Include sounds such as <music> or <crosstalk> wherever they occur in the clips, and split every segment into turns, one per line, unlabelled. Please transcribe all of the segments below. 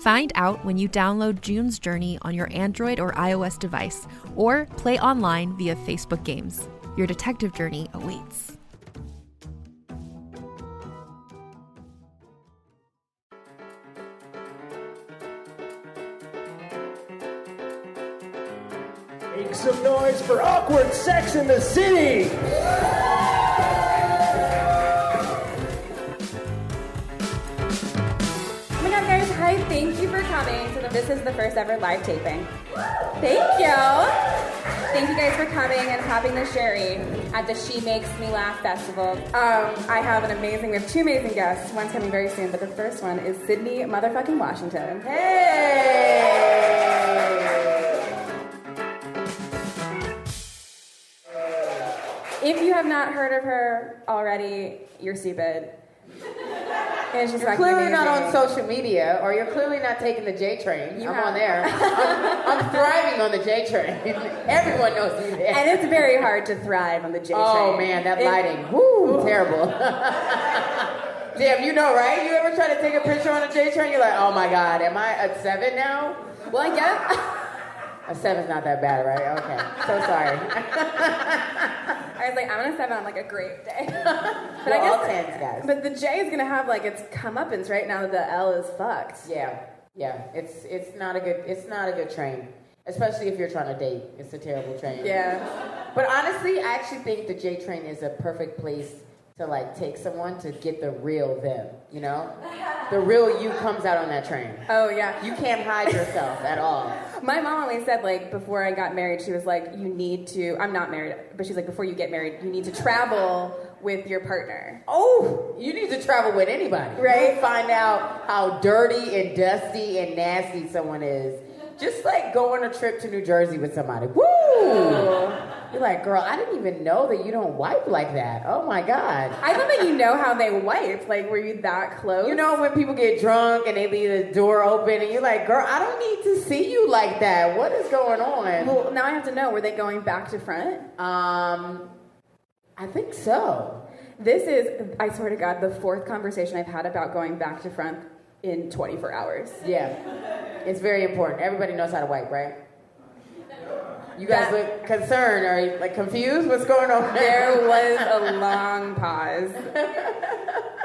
Find out when you download June's Journey on your Android or iOS device, or play online via Facebook Games. Your detective journey awaits.
Make some noise for awkward sex in the city.
Oh my god, guys, hi, thank you for coming. So, this is the first ever live taping. Thank you. Thank you guys for coming and popping the sherry at the She Makes Me Laugh Festival. Um, I have an amazing, we have two amazing guests. One's coming very soon, but the first one is Sydney motherfucking Washington. Hey! If you have not heard of her already, you're stupid. It's just
You're
fucking
clearly not
amazing.
on social media, or you're clearly not taking the J train.
You
I'm
have- <laughs>
on there. I'm, I'm thriving on the J train. <laughs> Everyone knows me there.
And it's very hard to thrive on the J train.
oh man, that
It-
lighting, whoo, terrible. <laughs> Damn, you know, right? You ever try to take a picture on a J train? You're like, oh my god, am I a seven now?
Well, I guess
A seven's not that bad, right? Okay, so
<laughs>
sorry.
I was like, I'm gonna seven on like a great day. <laughs> but
We're
I guess
all tens, guys.
But the J is gonna have like its comeuppance right now that the L is fucked.
Yeah, yeah. It's it's not a good it's not a good train, especially if you're trying to date. It's a terrible train.
Yeah.
But honestly, I actually think the J train is a perfect place to like take someone to get the real them. You know, the real you comes out on that train.
Oh yeah.
You can't hide yourself at all.
My mom always said like before I got married, she was like, you need to. I'm not married, but she's like, before you get married, you need to travel with your partner.
Oh, you need to travel with anybody.
Right.
You'll find out how dirty and dusty and nasty someone is. Just like go on a trip to New Jersey with somebody. Woo! You're like, girl, I didn't even know that you don't wipe like that. Oh my God.
I love that you know how they wipe. Like, were you that close?
You know when people get drunk and they leave the door open and you're like, girl, I don't need to see you like that. What is going on?
Well, now I have to know. Were they going back to front?
Um, I think so.
This is, I swear to God, the fourth conversation I've had about going back to front in 24 hours.
Yeah, it's very important. Everybody knows how to wipe, right? You guys
That-
look concerned or like confused. What's going on
<laughs>
There was a long pause.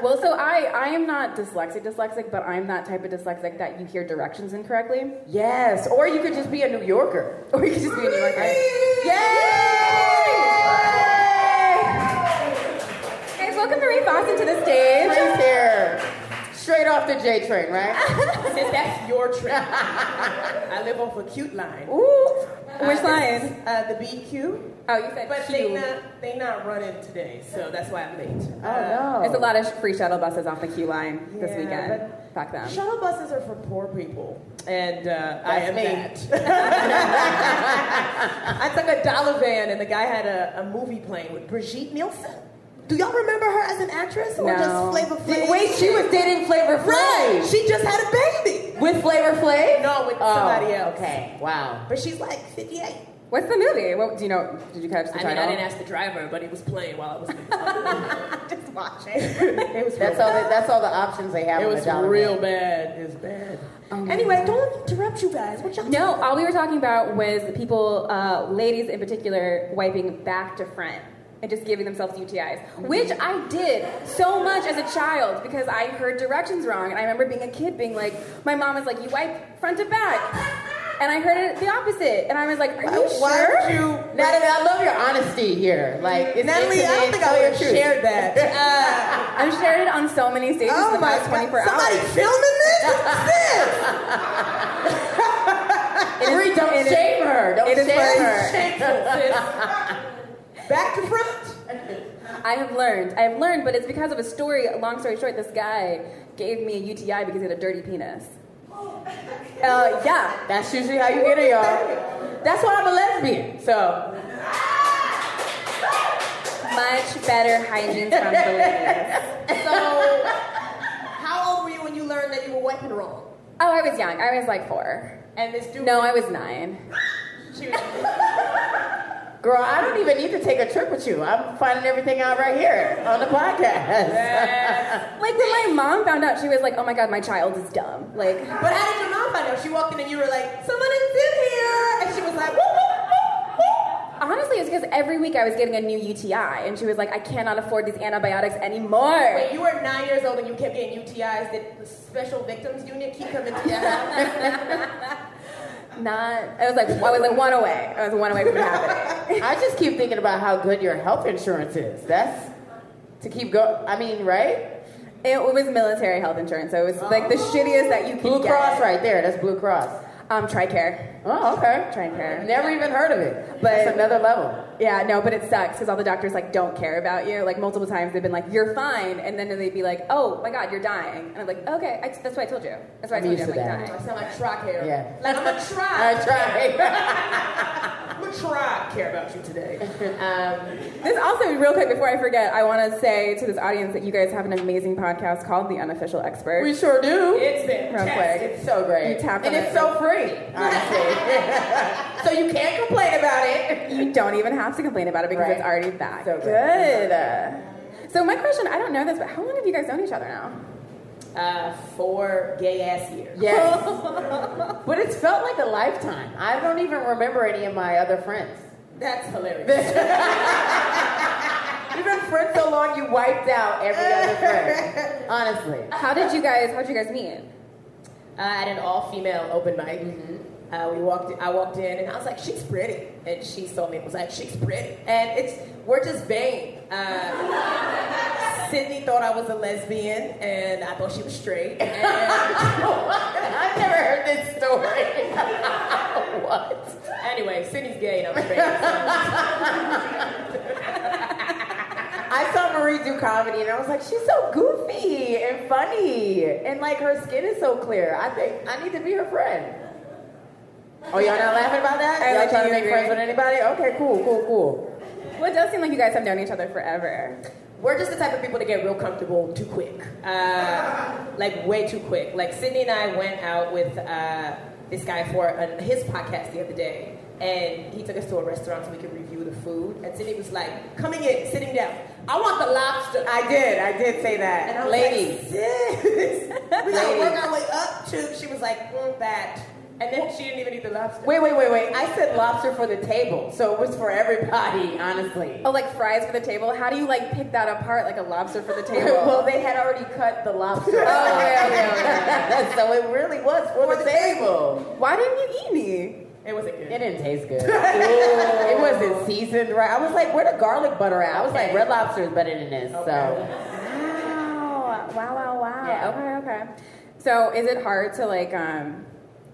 Well, so I, I am not dyslexic, dyslexic, but I'm that type of dyslexic that you hear directions incorrectly.
<laughs> Yes, or you could just be a New Yorker. <laughs>
Or you could just be a New Yorker.
Yay!
Guys, welcome Marie Boston to the stage.
She's here. Straight off the J train, right?
Since that's your trip. I live off a cute line.
Ooh. Which
Uh,
line?
it's, <laughs> Uh, the BQ.
Oh, you said
But they
Q.
not they not running today, so that's why I'm late.
Oh no.
There's a lot of free shuttle buses off the Q line this
Yeah,
weekend.
but-
Fuck them.
Shuttle buses are for poor people, and uh, I am
That's
that. <laughs> I took a dollar van, and the guy had a, a movie playing with Brigitte Nielsen. Do y'all remember her as an actress or
No.
just Flavor Flav?
Wait, she was dating Flavor
right.
Flav
She just had a baby,
with Flavor Flav?
No, with
Oh,
somebody else.
Okay, wow.
but she's like 58.
What's the movie? What, do you know? Did you catch the
I mean,
title?
I didn't ask the driver, but he was playing while I was just watching. it was
That's
real
all. The, that's all the options they have.
It
on the
was
dollar
real
bill.
bad. It was bad. anyway, don't let me interrupt you guys. What y'all
no, all we were talking about was people, uh, ladies in particular, wiping back to front and just giving themselves UTIs, which I did so much as a child because I heard directions wrong. And I remember being a kid being like, my mom was like, you wipe front to back. And I heard it the opposite. And I was like, are you
Why
sure?
would you?
Natalie, I love your honesty here. Like, it's
Natalie, I don't
intimate,
think
tell
I
your
would
truth.
share
<laughs>
that. Uh,
I've shared it on so many stages in
oh
the
my
past
god!
24
Somebody
hours.
filming this? What's
<laughs>
this?
Bree, don't
it is-
shame her. Don't
it is
shame her.
very
Shameful,
<laughs>
sis. Back to front.
I have learned. I have learned, but it's because of a story. Long story short, this guy gave me a UTI because he had a dirty penis.
Oh.
Uh, yeah.
That's usually how you get it, y'all. That's why I'm a lesbian. So
Much better hygiene from the ladies.
So, how old were you when you learned that you were wiping wrong?
Oh, I was young. I was like four.
And this dude.
No, I was nine.
She was,
Girl, I don't even need to take a trip with you. I'm finding everything out right here on the podcast.
Like when my mom found out, she was like, "Oh my god, my child is dumb." Like,
But how did your mom find out? She walked in and you were like, someone is in here. And she was like, whoop, whoop, whoop, whoop.
honestly, it's because every week I was getting a new UTI, and she was like, "I cannot afford these antibiotics anymore."
Wait, you were nine years old and you kept getting UTIs. Did the special victims unit keep
<laughs>
coming to your house?
Not. I was like, I was like one away. I was one away from it
<laughs>
happening.
<laughs> I just keep thinking about how good your health insurance is. That's to keep going. I mean, right?
It was military health insurance, so it was like the shittiest that you could
Oh. Blue
get.
Cross, right there. That's Blue Cross.
Um, Tricare.
Oh, okay.
Tricare.
Never even heard of it. But it's another level.
Yeah, no, but it sucks because all the doctors like don't care about you. Like multiple times they've been like, "You're fine," and then they'd be like, "Oh my God, you're dying," and I'm like, "Okay, I, that's what I told you. That's what I
I'm
told you. I'm
used
like
to that.
I
dying."
sound like Troc here.
<laughs>
Yeah.
Like, I'm a
<laughs>
Troc.
I try.
I'm a Troc care about you today.
This also, real quick before I forget, I want to say to this audience that you guys have an amazing podcast called The Unofficial Expert.
<laughs> we sure do.
It's been
real
fantastic.
quick.
It's so great.
You tap
and
on
it's
it.
so free, honestly. so you can't complain about it.
<laughs> You don't even have to complain about it because
Right.
it's already that
So
good.
good.
Uh, So my question, I don't know this, but how long have you guys known each other now?
Uh, four gay ass years.
Yes. but it's felt like a lifetime. I don't even remember any of my other friends.
That's hilarious.
You've been friends so long, you wiped out every other <laughs> friend. Honestly.
How did you guys? How did you guys meet?
uh, at an all-female open mic.
Mm-hmm.
Uh, we walked. I walked in, and I was like, "She's pretty," and she saw me and was like, "She's pretty." And it's we're just vain. Uh, <laughs> Sydney thought I was a lesbian, and I thought she was straight. And <laughs>
I've never heard this story.
<laughs>
what?
anyway, Sydney's gay, and I'm
<laughs>
straight.
I saw Marie do comedy and I was like, she's so goofy and funny. And like her skin is so clear. I think I need to be her friend. Oh, y'all not laughing about that?
I
y'all
like
trying
you
to make
agree.
friends with anybody? Okay, cool, cool, cool.
Well, it does seem like you guys have known each other forever.
We're just the type of people to get real comfortable too quick, uh, like way too quick. Like Sydney and I went out with uh, this guy for a, his podcast the other day, and he took us to a restaurant so we could review the food. And Sydney was like, coming in, sitting down, I want the lobster. I did, I did say that. And I was
Ladies.
like, sis, <laughs> we gotta
Ladies.
work our way up to. She was like, mm, that. And then she didn't even eat the lobster.
Wait, wait, wait, wait. I said lobster for the table, so it was for everybody, honestly.
Oh, like fries for the table? How do you like pick that apart like a lobster for
<laughs>
the table?
well, they had already cut the lobster.
Oh, okay, okay,
<laughs>
okay.
<laughs> so it really was for, the, table.
Why didn't you eat any?
It wasn't good.
It didn't taste good. it wasn't seasoned right. I was like, where the garlic butter at? I was like, red lobster is better than this. So
Wow, wow, wow, wow.
Yeah.
Okay, okay. So is it hard to like um,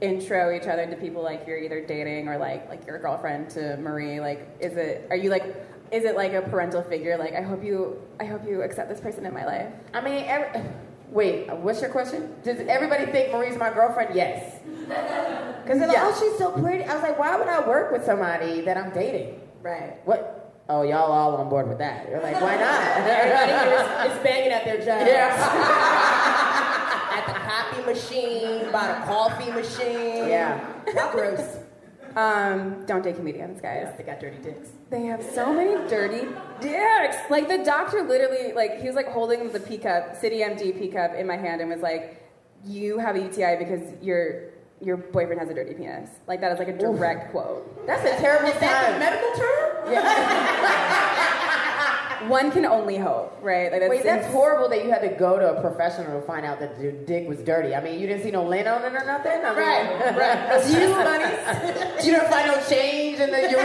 intro each other to people like you're either dating or like like your girlfriend to Marie? Like, is it are you like is it like a parental figure? Like, I hope you I hope you accept this person in my life.
I mean, every, wait, what's your question? Does everybody think Marie's my girlfriend? <laughs> Yes. Because they're like, oh, she's so pretty. I was like, why would I work with somebody that I'm dating?
Right.
What? Oh, y'all all on board with that? You're like, why <laughs> not?
Everybody here is, is banging at their job.
yeah.
At the copy machine, by the coffee machine.
Yeah.
How gross.
Um, don't date comedians, guys.
They got dirty dicks.
They have so many dirty dicks. Like the doctor literally, like he was like holding the pee cup, City MD pee cup in my hand, and was like, "You have a UTI because your your boyfriend has a dirty penis." Like that is like a direct quote.
That's a terrible
That's a
time.
medical term?
One can only hope, right? Like that's,
Wait, that's
ins-
horrible that you had to go to a professional to find out that your dick was dirty. I mean, you didn't see no lint on it or nothing. I mean,
Right, right.
You money. you didn't find no change in
<laughs>
the urethra.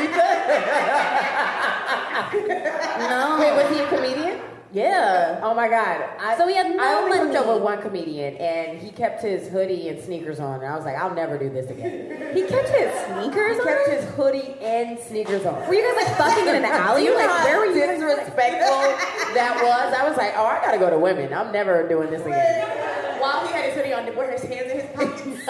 no. Wait, was he a comedian? Yeah. Oh my God. I,
So he had no
I only hooked up
money.
with one comedian, and he kept his hoodie and sneakers on, and I was like, I'll never do this again.
He kept his sneakers
he
on.
kept his hoodie and sneakers on.
were you guys like fucking in an alley?
<laughs> You know
Like
how
where were you? guys?
disrespectful that was? I was like, oh, I gotta go to women. I'm never doing this again.
While he had his hoodie on, were his hands in his pockets?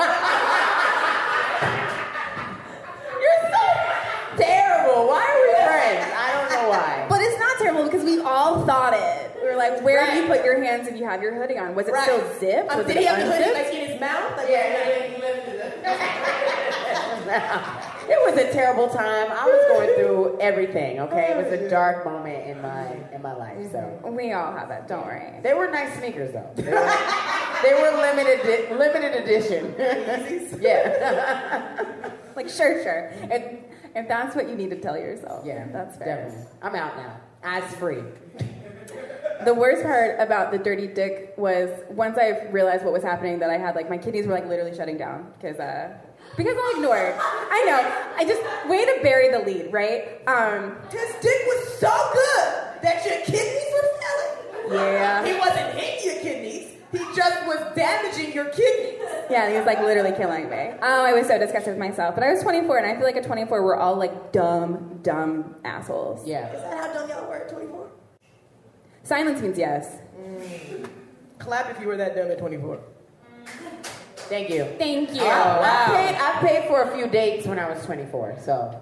<laughs> You're so terrible. Why are we friends? I don't know why.
But it's not terrible because we all thought it. We were like, where do you
Right.
put your hands if you have your hoodie on? Was it
Right.
still zipped?
Um,
Was
did
it
he have the hoodie
unzipped?
like in his mouth? Like,
Yeah.
he left it.
It was a terrible time. I was going through everything. Okay, it was a dark moment in my in my life. So
We all have it. Don't worry.
they were nice sneakers though. They were, they were limited di- limited edition. yeah,
Like, sure, sure. If, if that's what you need to tell yourself,
yeah,
that's fair.
Definitely. I'm out now. Eyes free.
The worst part about the dirty dick was once I realized what was happening, that I had like my kidneys were like literally shutting down because uh, because I'm ignored. I know. I just way to bury the lead, right? Um,
His dick was so good that your kidneys were failing.
Yeah.
He wasn't in your kidneys. He just was damaging your kidneys.
yeah, he was like literally killing me. Oh, I was so disgusted with myself. But I was 24, and I feel like at 24 we're all like dumb, dumb assholes.
Is
Yeah.
that how dumb y'all were at 24?
Silence means yes.
Clap if you were that dumb at 24.
Thank you.
Thank you.
I paid, I paid for a few dates when I was 24, so.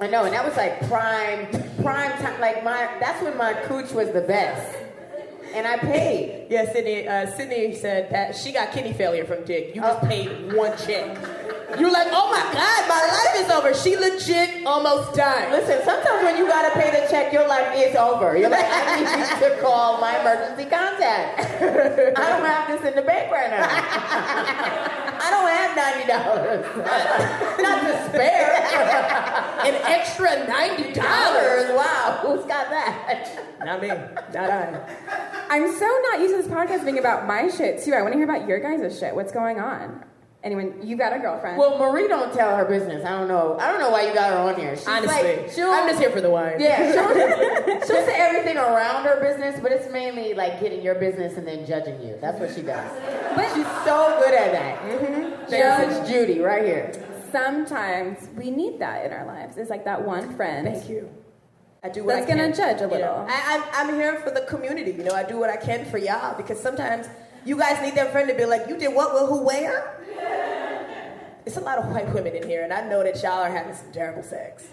I know, and that was like prime, prime time. Like my, that's when my cooch was the best, and I paid.
Yeah, Sydney, uh, Sydney said that she got kidney failure from dick. You just
Oh.
paid one check. You're like, oh my God, my life is over. She legit almost died.
Listen, sometimes when you gotta pay the check, your life is over. You're like, I need you to call my emergency contact. I don't have this in the bank right now. I don't have ninety dollars, not to spare.
An extra $90.
Dollars, wow, <laughs> who's got that? <laughs>
Not me. Not I.
I'm so not used to this podcast being about my shit too. I want to hear about your guys' shit. What's going on? Anyone? You got a girlfriend?
Well, Marie don't tell her business. I don't know. I don't know why you got her on here. She's
Honestly.
like, she'll,
I'm just here for the wine.
yeah, she'll, <laughs> she'll say everything around her business, but it's mainly like getting your business and then judging you. That's what she does.
but
So good at that. Mm-hmm. Judge Judy right here.
sometimes we need that in our lives. It's like that one friend.
Thank you. I do what
That's
I can.
gonna judge a
you know.
little.
I, I'm, I'm here for the community. You know, I do what I can for y'all because sometimes you guys need that friend to be like, you did what with who where? <laughs> It's a lot of white women in here, and I know that y'all are having some terrible sex.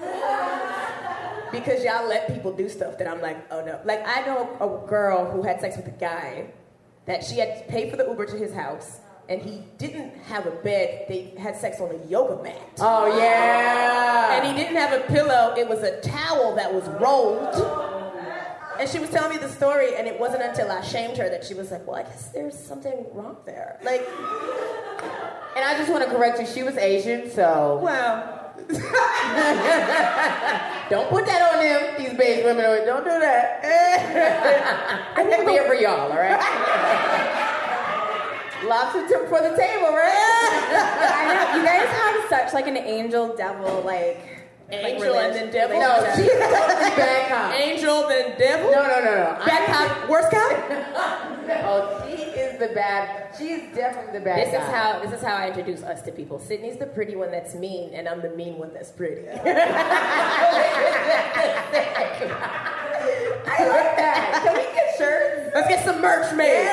<laughs> Because y'all let people do stuff that I'm like, oh no. Like, I know a girl who had sex with a guy that she had paid for the Uber to his house, and he didn't have a bed. They had sex on a yoga mat.
Oh yeah.
And he didn't have a pillow, it was a towel that was rolled. and she was telling me the story, and it wasn't until I shamed her that she was like, "Well, I guess there's something wrong there." Like,
And I just want to correct you. She was Asian, so
wow.
don't put that on them. These beige women, are- don't do that. I never here for y'all, all <laughs> right? Lobster tip for the table, right?
I know you guys have such like an angel devil like
Angel
like,
and then devil?
no,
relationship.
she's <laughs> totally bad cop.
Angel then devil.
No, no, no, no. I-
Bad cop, worst
<laughs>
cop.
Oh, she is the bad. She is definitely the bad
This
guy.
is how this is how I introduce us to people. Sydney's the pretty one that's mean, and I'm the mean one
<laughs>
that's pretty.
I like that. Can we get shirts?
Let's get some merch made.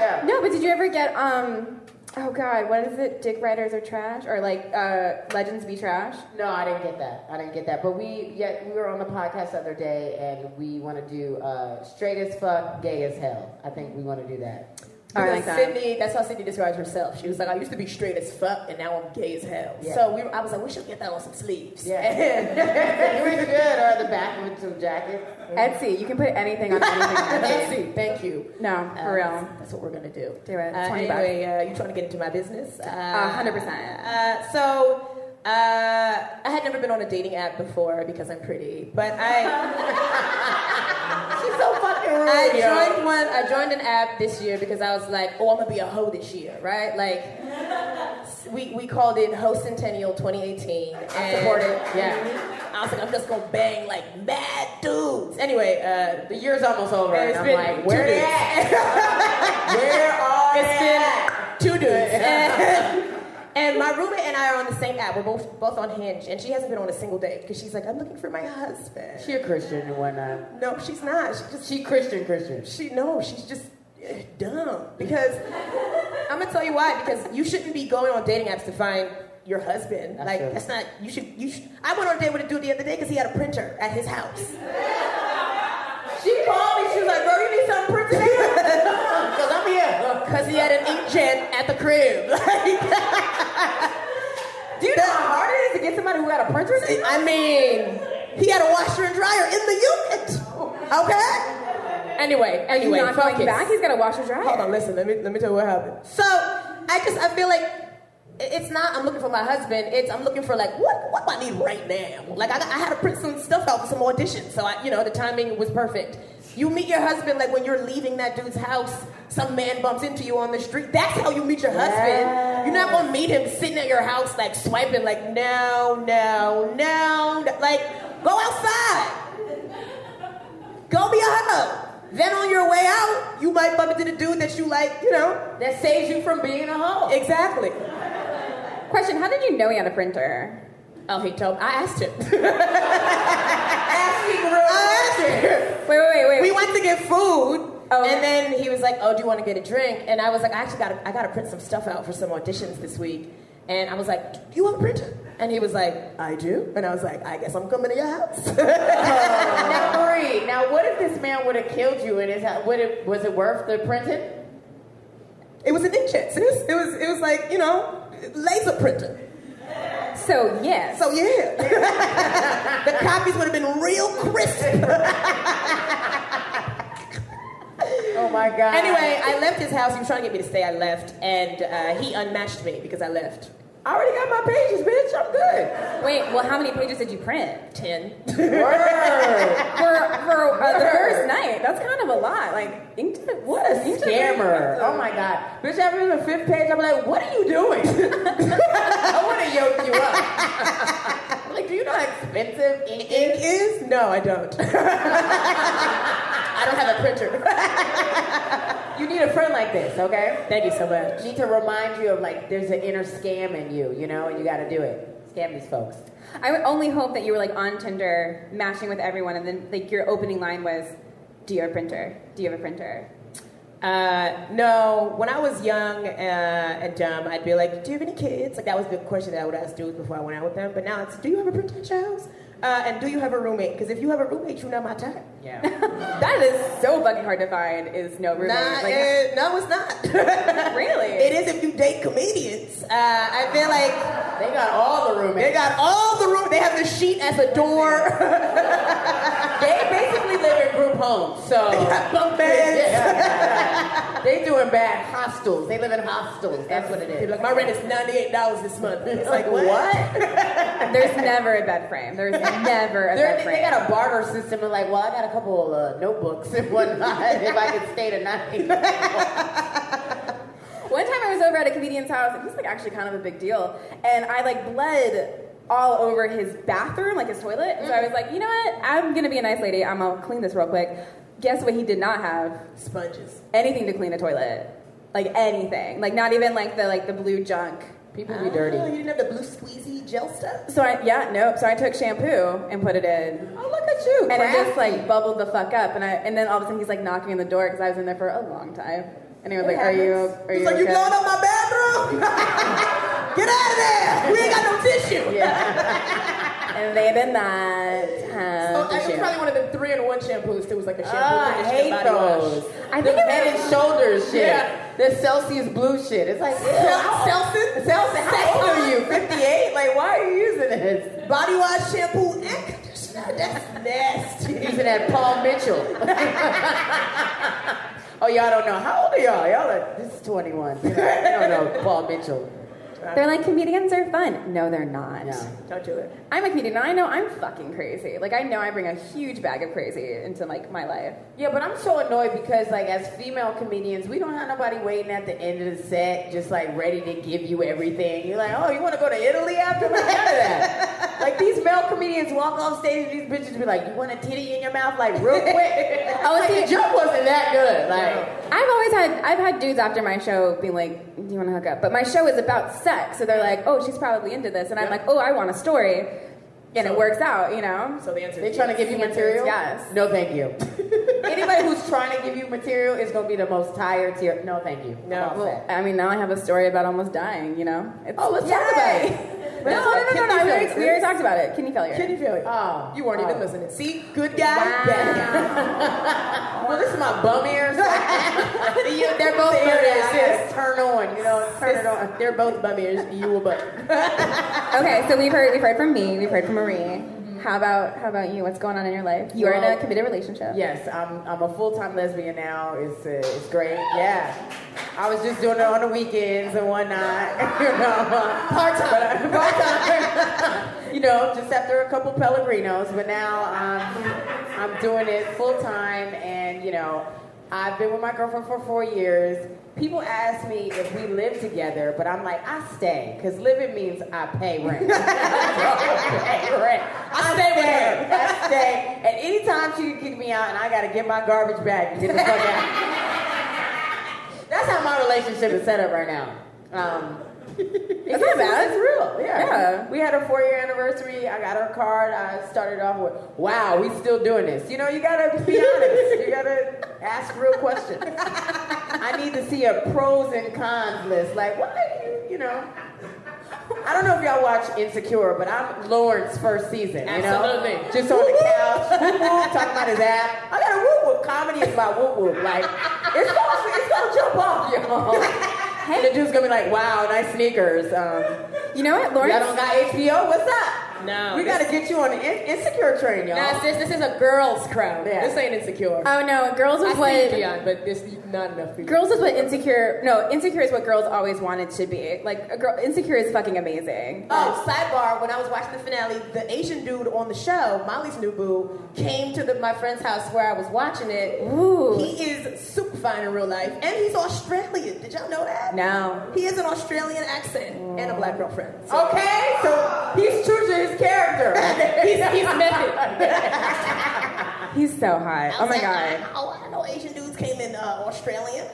Yeah.
No, but did you ever get um? Oh God, what is it? Dick writers are trash, or like uh, legends be trash?
No, I didn't get that. I didn't get that. But we, yeah, we were on the podcast the other day, and we want to do uh, straight as fuck, gay as hell. I think we want to do that.
I
Because
like that.
Sydney, that's how Sydney describes herself. She was like, I used to be straight as fuck, and now I'm gay as hell.
Yeah.
So we, were- I was like, we should get that on some sleeves. <laughs>
Yeah. it was good. Or the back with some jackets.
Etsy, you can put anything on
<laughs>
anything.
Nancy, thank you.
no,
Uh,
for real.
That's what we're gonna do.
Do it.
Uh,
20 bucks.
anyway, uh, you trying to get into my business? Uh,
hundred percent.
Uh, so uh, I had never been on a dating app before because I'm pretty, but I
<laughs> She's so fucking rude.
I
yo.
joined one. I joined an app this year because I was like, oh, I'm gonna be a hoe this year, right?
<laughs>
Like. We, we called it Ho Centennial 2018.
I
and-
support it. Yeah.
I was like, I'm just gonna bang like mad dudes. Anyway, uh,
The year's almost over,
And
and,
it's
I'm
been
like,
two
where they
days. <laughs>
at? where are
it's
they
been
at?
two dudes. And, and my roommate and I are on the same app. We're both both on Hinge, and she hasn't been on a single date because she's like, I'm looking for my husband.
She a Christian and whatnot.
no, she's not. She just
She Christian Christian.
she no, she's just uh, dumb because I'm gonna tell you why. Because you shouldn't be going on dating apps to find your husband.
That's
like
true.
that's not you should. You should, I went on a date with a dude the other day because he had a printer at his house.
She called me. She was like, bro, you need something printed <laughs> out? Because I'm here.
Because he had an inkjet at the crib. <laughs>
Do you know how hard it is to get somebody who got a printer in it?
I mean, he had a washer and dryer in the unit. Okay? Anyway, anyway,
He's not
focus.
going back. He's got to wash her dry.
Hold on, listen, let me let me tell you what happened. So I just I feel like it- it's not I'm looking for my husband, it's I'm looking for like what what do I need right now? Like I, got- I had to print some stuff out for some auditions, so I you know the timing was perfect. You meet your husband like when you're leaving that dude's house, some man bumps into you on the street. That's how you meet your husband. You're not gonna meet him sitting at your house like swiping like no, no, no, no. like go outside. Go be a hoe. Then on your way out, you might bump into the dude that you like, you know.
That saves you from being a hoe.
Exactly.
Question: How did you know he had a printer?
Oh, he told I asked him.
Asking real
I asked
questions.
him.
Wait, wait, wait,
We
wait.
went to get food.
Oh.
And then he was like, "Oh, do you want to get a drink?" And I was like, "I actually got to, I got to print some stuff out for some auditions this week." And I was like, "Do you have a printer?" And he was like, "I do." And I was like, "I guess I'm coming to your house." <laughs>
Now, Marie, now what if this man would have killed you and his house? Would it, was it worth the printing?
it was an inkjet. It was, it was it was like you know laser printer.
So yes.
So yeah, <laughs> the copies would have been real crisp.
Oh my God.
Anyway, I left his house. He was trying to get me to stay. I left, and uh, he unmatched me because I left.
I already got my pages, bitch. I'm good.
wait. Well, how many pages did you print
Ten.
Word.
for for uh, the first
<laughs>
night? That's kind of a lot. Like inked. What a
Scammer. Oh my God. Bitch, after the fifth page, I'm like, what are you doing? <laughs> I want to yoke you up. like, do you know how expensive ink
Ink
is?
is? No, I don't. I don't have a printer.
You need a friend like this, okay?
Thank you so much.
Need to remind you of like, there's an inner scam in you, you know, and you got to do it. Scam these folks.
I would only hope that you were like on Tinder, matching with everyone, and then like your opening line was, "Do you have a printer? Do you have a printer?"
Uh, no, when I was young uh, and dumb, I'd be like, "Do you have any kids?" Like that was the question that I would ask dudes before I went out with them. But now it's, "Do you have a printer at your house?" Uh, and do you have a roommate? Because if you have a roommate, you're not my type.
Yeah.
That is so fucking hard to find. Is no roommate.
Nah,
like,
eh, no, it's not.
<laughs> Really?
It is if you date comedians. Uh, I feel like
they got all the roommates. <laughs>
They got all the room. They have the sheet as a door.
They basically
live in group homes, so
Bunk beds.
<laughs>
they doing bad hostels. They live in hostels. That's what it
You're
is.
like, my rent is $98 this month. It's like, what?
There's never a bed frame. There's never a
They're,
bed
they
frame.
got a barter system. They're like, well, I got a couple of uh, notebooks and whatnot. <laughs> if I can stay
<laughs>
tonight,
One time I was over at a comedian's house, and he's like actually kind of a big deal, and I like bled all over his bathroom, like his toilet. And so I was like, you know what? I'm gonna be a nice lady. I'm gonna clean this real quick. Guess what? He did not have
Sponges.
anything to clean a toilet, like anything, like not even like the like the blue junk.
people be
Oh, you
dirty.
didn't have the blue squeezy gel stuff?
So I yeah nope. So I took shampoo and put it in.
Oh, look at you.
And it
Brad.
just like bubbled the fuck up, and I and then all of a sudden he's like knocking on the door because I was in there for a long time, and he was like, "Are you? Are
He's
you
like, you
okay?"
blowing up my bathroom? <laughs> Get out of there! We ain't got no tissue.
And they did not have
Oh, it
tissue.
was probably one of the three in one shampoos too. It was like a shampoo
Ah, I
conditioner,
hate
body wash.
those.
I
the
think I
head
might-
and shoulders shit.
Yeah.
The Celsius blue shit. It's like,
Sel-
ew.
Selsun?
<laughs> Celsius, how old are
Selsun?
you? 58? Like, why are you using this?
Body wash, shampoo, and conditioner. <laughs> That's nasty.
Using that Paul <laughs> Mitchell. oh, y'all don't know. How old are y'all? Y'all are, this is 21. <laughs> You know, I don't know Paul Mitchell.
They're like comedians are fun. No, they're not.
No.
Don't do it.
I'm a comedian, and I know I'm fucking crazy. Like I know I bring a huge bag of crazy into like my life.
Yeah, but I'm so annoyed because, like, as female comedians, we don't have nobody waiting at the end of the set, just like ready to give you everything. You're like, oh, you want to go to Italy after? Like, none of that. like these male comedians walk off stage, and these bitches be like, you want a titty in your mouth, like real <laughs> quick.
Oh,
like, the
see,
joke wasn't that good. Like,
I've always had I've had dudes after my show being like, "Do you want to hook up?" But my show is about sex, so they're like, "Oh, she's probably into this," and I'm like, "Oh, I want a story," and it works out, you know.
So the answer
they
is
trying to give you material?
Yes.
No, thank you. <laughs> Anybody who's trying to give you material is gonna be the most tired. Tier. No, thank you.
No.
I'm all
Well,
set.
I mean, now I have a story about almost dying, you know. It's,
Oh, let's talk about
Yay!
it.
<laughs>
Let's
No,
talk
no, no, no,
kidney
no. We
failure.
already, we already talked about it. Kidney failure.
Kidney failure.
Oh.
you weren't
Oh.
even listening. See, good guy, bad guy. <laughs>
Well, this is my bum ears. They're both bum ears. sis. Turn on, you know. Turn it on.
They're both bum ears. You a bum.
Okay, so we've heard we've heard from me, we've heard from Marie. How about how about you? What's going on in your life? You are in
Well-
a committed relationship.
Yes, I'm. I'm a full time lesbian now. It's uh, it's great. Yeah, I was just doing it on the weekends and whatnot. <laughs> You know, part time. Part <laughs> time. you know, just after a couple Pellegrinos, but now um, I'm doing it full time, and you know, I've been with my girlfriend for four years. People ask me if we live together, but I'm like, I stay, because living means I pay rent. I stay with her. I stay. And anytime she can kick me out and I gotta get my garbage bag and get the fuck out. That's how my relationship is set up right now. Um,
It's not bad.
It's real. Yeah.
Yeah.
We had a four year anniversary. I got her card. I started off with, wow, we still doing this. You know, you gotta be honest. You gotta ask real questions. I need to see a pros and cons list. Like, why do you, you know? I don't know if y'all watch Insecure, but I'm Lawrence first season. You know?
Absolutely.
Just on the couch, woo-woo, talking about his app. I got a whoop whoop. Comedy is about whoop whoop. Like, it's gonna, it's gonna jump off, y'all. And the dude's gonna be like, wow, nice sneakers. Um,
You know what, Lawrence?
y'all don't got HBO? What's up?
No,
We
this-
gotta get you on the in- Insecure train, y'all.
Nah, sis, this is a girls' crowd.
Yeah.
This ain't insecure.
oh no, girls
I
is
see
what
Dion, but this not enough people.
girls is what insecure. No, insecure is what girls always wanted to be. Like a girl, insecure is fucking amazing.
Oh, sidebar. When I was watching the finale, the Asian dude on the show, Molly's new boo, came to the, my friend's house where I was watching it.
Ooh.
He is super fine in real life, and he's Australian. Did y'all know that?
No.
He has an Australian accent and a black girlfriend. So
Okay, so he's true to his character. he's, he's method.
He's so hot. Oh my god.
Oh, I know Asian dudes came in uh, Australian.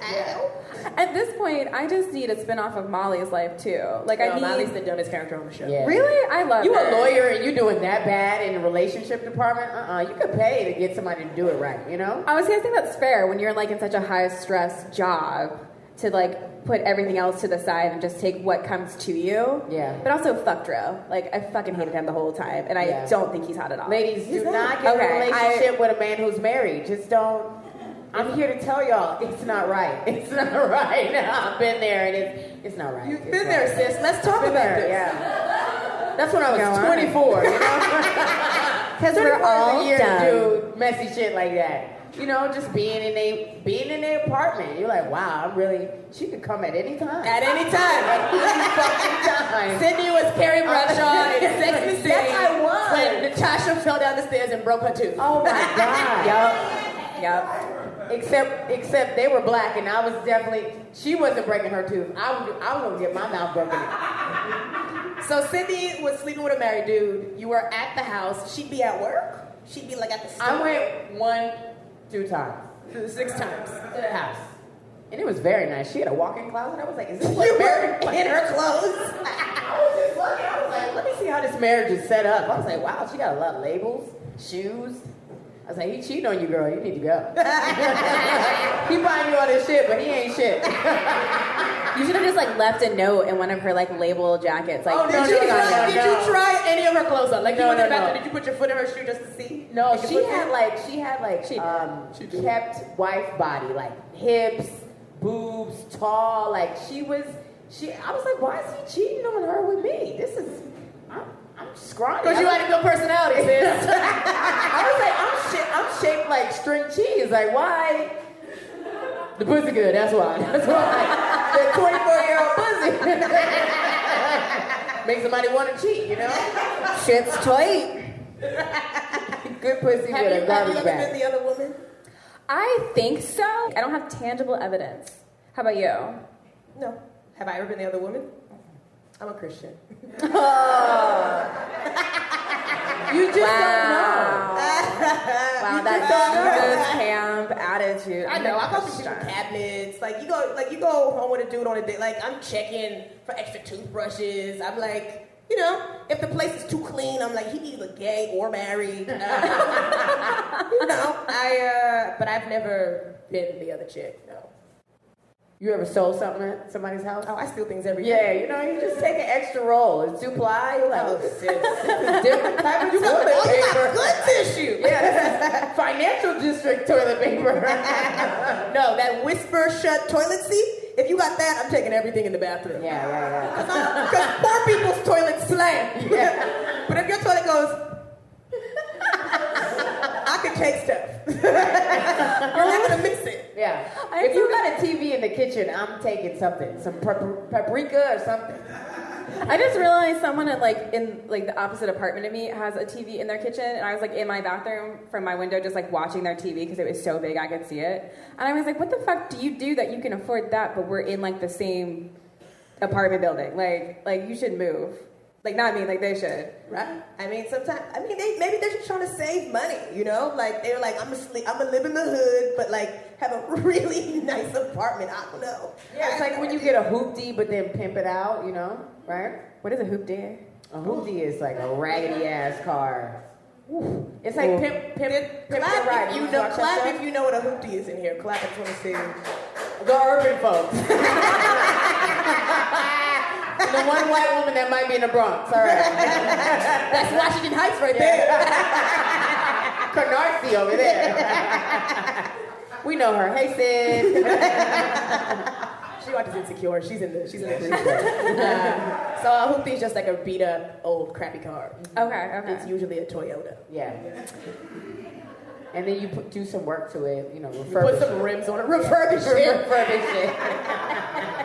At this point, I just need a spin off of Molly's life too. Like I
No,
need
Molly's the dumbest character on the show.
Yeah.
Really? I love
You a
her.
lawyer and you doing that bad in the relationship department? Uh uh You could pay to get somebody to do it right, you know?
I was gonna think that's fair when you're like in such a high stress job to like put everything else to the side and just take what comes to you.
Yeah.
But also fuck Dro. Like I fucking hated him the whole time, and I
Yeah.
don't think he's hot at all.
Ladies, do not get in a
Okay, I-
relationship with a man who's married. Just don't. I'm here to tell y'all it's not right. <laughs> It's not right. <laughs> I've been there and it's, it's not right.
You've
It's
been
not
there,
right.
sis. Let's talk
Been
about
there,
this.
Yeah. That's when I
Go
was
on.
24. You know?
Because we're all
a year
done.
to do messy shit like that. You know, just being in a being in their apartment. You're like, wow, I'm really. She could come at any time. <laughs>
At any time.
any fucking time.
Sydney was
<laughs>
Carrie Bradshaw in Sex and the City.
Yes, I was.
When Natasha fell down the stairs and broke her tooth.
Oh
<laughs>
my god.
Yup. Yup.
Except, except they were black, and I was definitely. She wasn't breaking her tooth. I was, I was gonna get my mouth broken.
So Sydney was sleeping with a married dude. You were at the house. She'd be at work. She'd be like at the store.
I went one, two times
six times.
to the house, and it was very nice. She had a walk-in closet. I was like, is this
You
what
were
marriage? Like,
in
<laughs>
her <laughs> clothes.
I was just looking. I was like, let me see how this marriage is set up. I was like, wow, she got a lot of labels, shoes. I was like, he cheated on you, girl. You need to go. <laughs> he buying you all this shit, but he ain't <laughs> shit.
You should have just like left a note in one of her like label jackets. Like,
Oh, did,
no,
you,
no, no,
try,
no,
did
no.
you try any of her clothes on? Like you
No,
went to
no,
the bathroom,
no.
did you put your foot in her shoe just to see?
No,
Did you
she
put-
had like she had like
She did.
um
She did.
kept wife body, like hips, boobs, tall. Like she was she. I was like, why is he cheating on her with me? This is I'm, I'm scrawny.
Because you
I
had a good personality, sis.
<laughs> I was like, I'm shit. I'm shaped like string cheese. Like why? The pussy good. That's why. <laughs> That's why. the 24 year old pussy <laughs> makes somebody want to cheat. You know,
shit's tight.
good pussy with
Have you,
a
have you
garbage
ever
bag.
been the other woman?
I think so. I don't have tangible evidence. How about you?
No. Have I ever been the other woman? I'm a Christian.
<laughs> Oh.
<laughs>
you just don't know.
Wow, that's Jesus camp attitude.
I know. I go through people's cabinets. Like you go, like you go home with a dude on a date. Like I'm checking for extra toothbrushes. I'm like, you know, if the place is too clean, I'm like, he either gay or married. Uh, <laughs> you know, I. Uh, but I've never been the other chick. No.
You ever sold something at somebody's house?
Oh, I steal things every day.
Yeah, you know, you just take an extra roll. It's two ply. You're like, oh,
Oh,
this
sis.
is <laughs> different type of toilet
Oh, you
paper.
got good
<laughs>
tissue.
Yeah, this is financial district toilet paper.
<laughs> No, that whisper shut toilet seat. If you got that, I'm taking everything in the bathroom.
yeah, yeah,
Because poor people's toilets slang. <laughs> but if your toilet goes, I can take stuff. <laughs> We're not gonna mix
yeah.
it.
Yeah.
I
If
feel-
you got a TV in the kitchen, I'm taking something, some pap- paprika or something.
I just realized someone at like in like the opposite apartment of me has a TV in their kitchen, and I was like in my bathroom from my window, just like watching their TV because it was so big I could see it. And I was like, "What the fuck do you do that you can afford that, but we're in like the same apartment building? Like, like you should move. Like, not me. Like they should."
Right? I mean, sometimes I mean they maybe they're just trying to save money, you know? Like they're like, I'm asleep, I'm gonna live in the hood, but like have a <laughs> really nice apartment. I don't know.
Yeah, it's like when you get a hoopty but then pimp it out, you know, right?
What is a hoop day?
A hoopty is like a raggedy ass car. Oof. It's like pimp, pimp, pimp the
Clap
ride.
if you
You
know,
watch that
clap
stuff?
if you know what a hoopty is in here. Clap if you want to see.
The urban folks. the one white woman that might be in the Bronx. All right.
That's Washington Heights right there.
<laughs> Canarsie over there. we know her. Hey, sis.
She watches Insecure. She's in the. She's in the. uh, so a hoopty is just like a beat up old crappy car.
Okay, okay.
Mm-hmm. It's usually a Toyota.
Yeah. And then you put, do some work to it, you know,
You put
refurbish
some rims on it. <laughs> Refurbish it.
refurbish it. <laughs>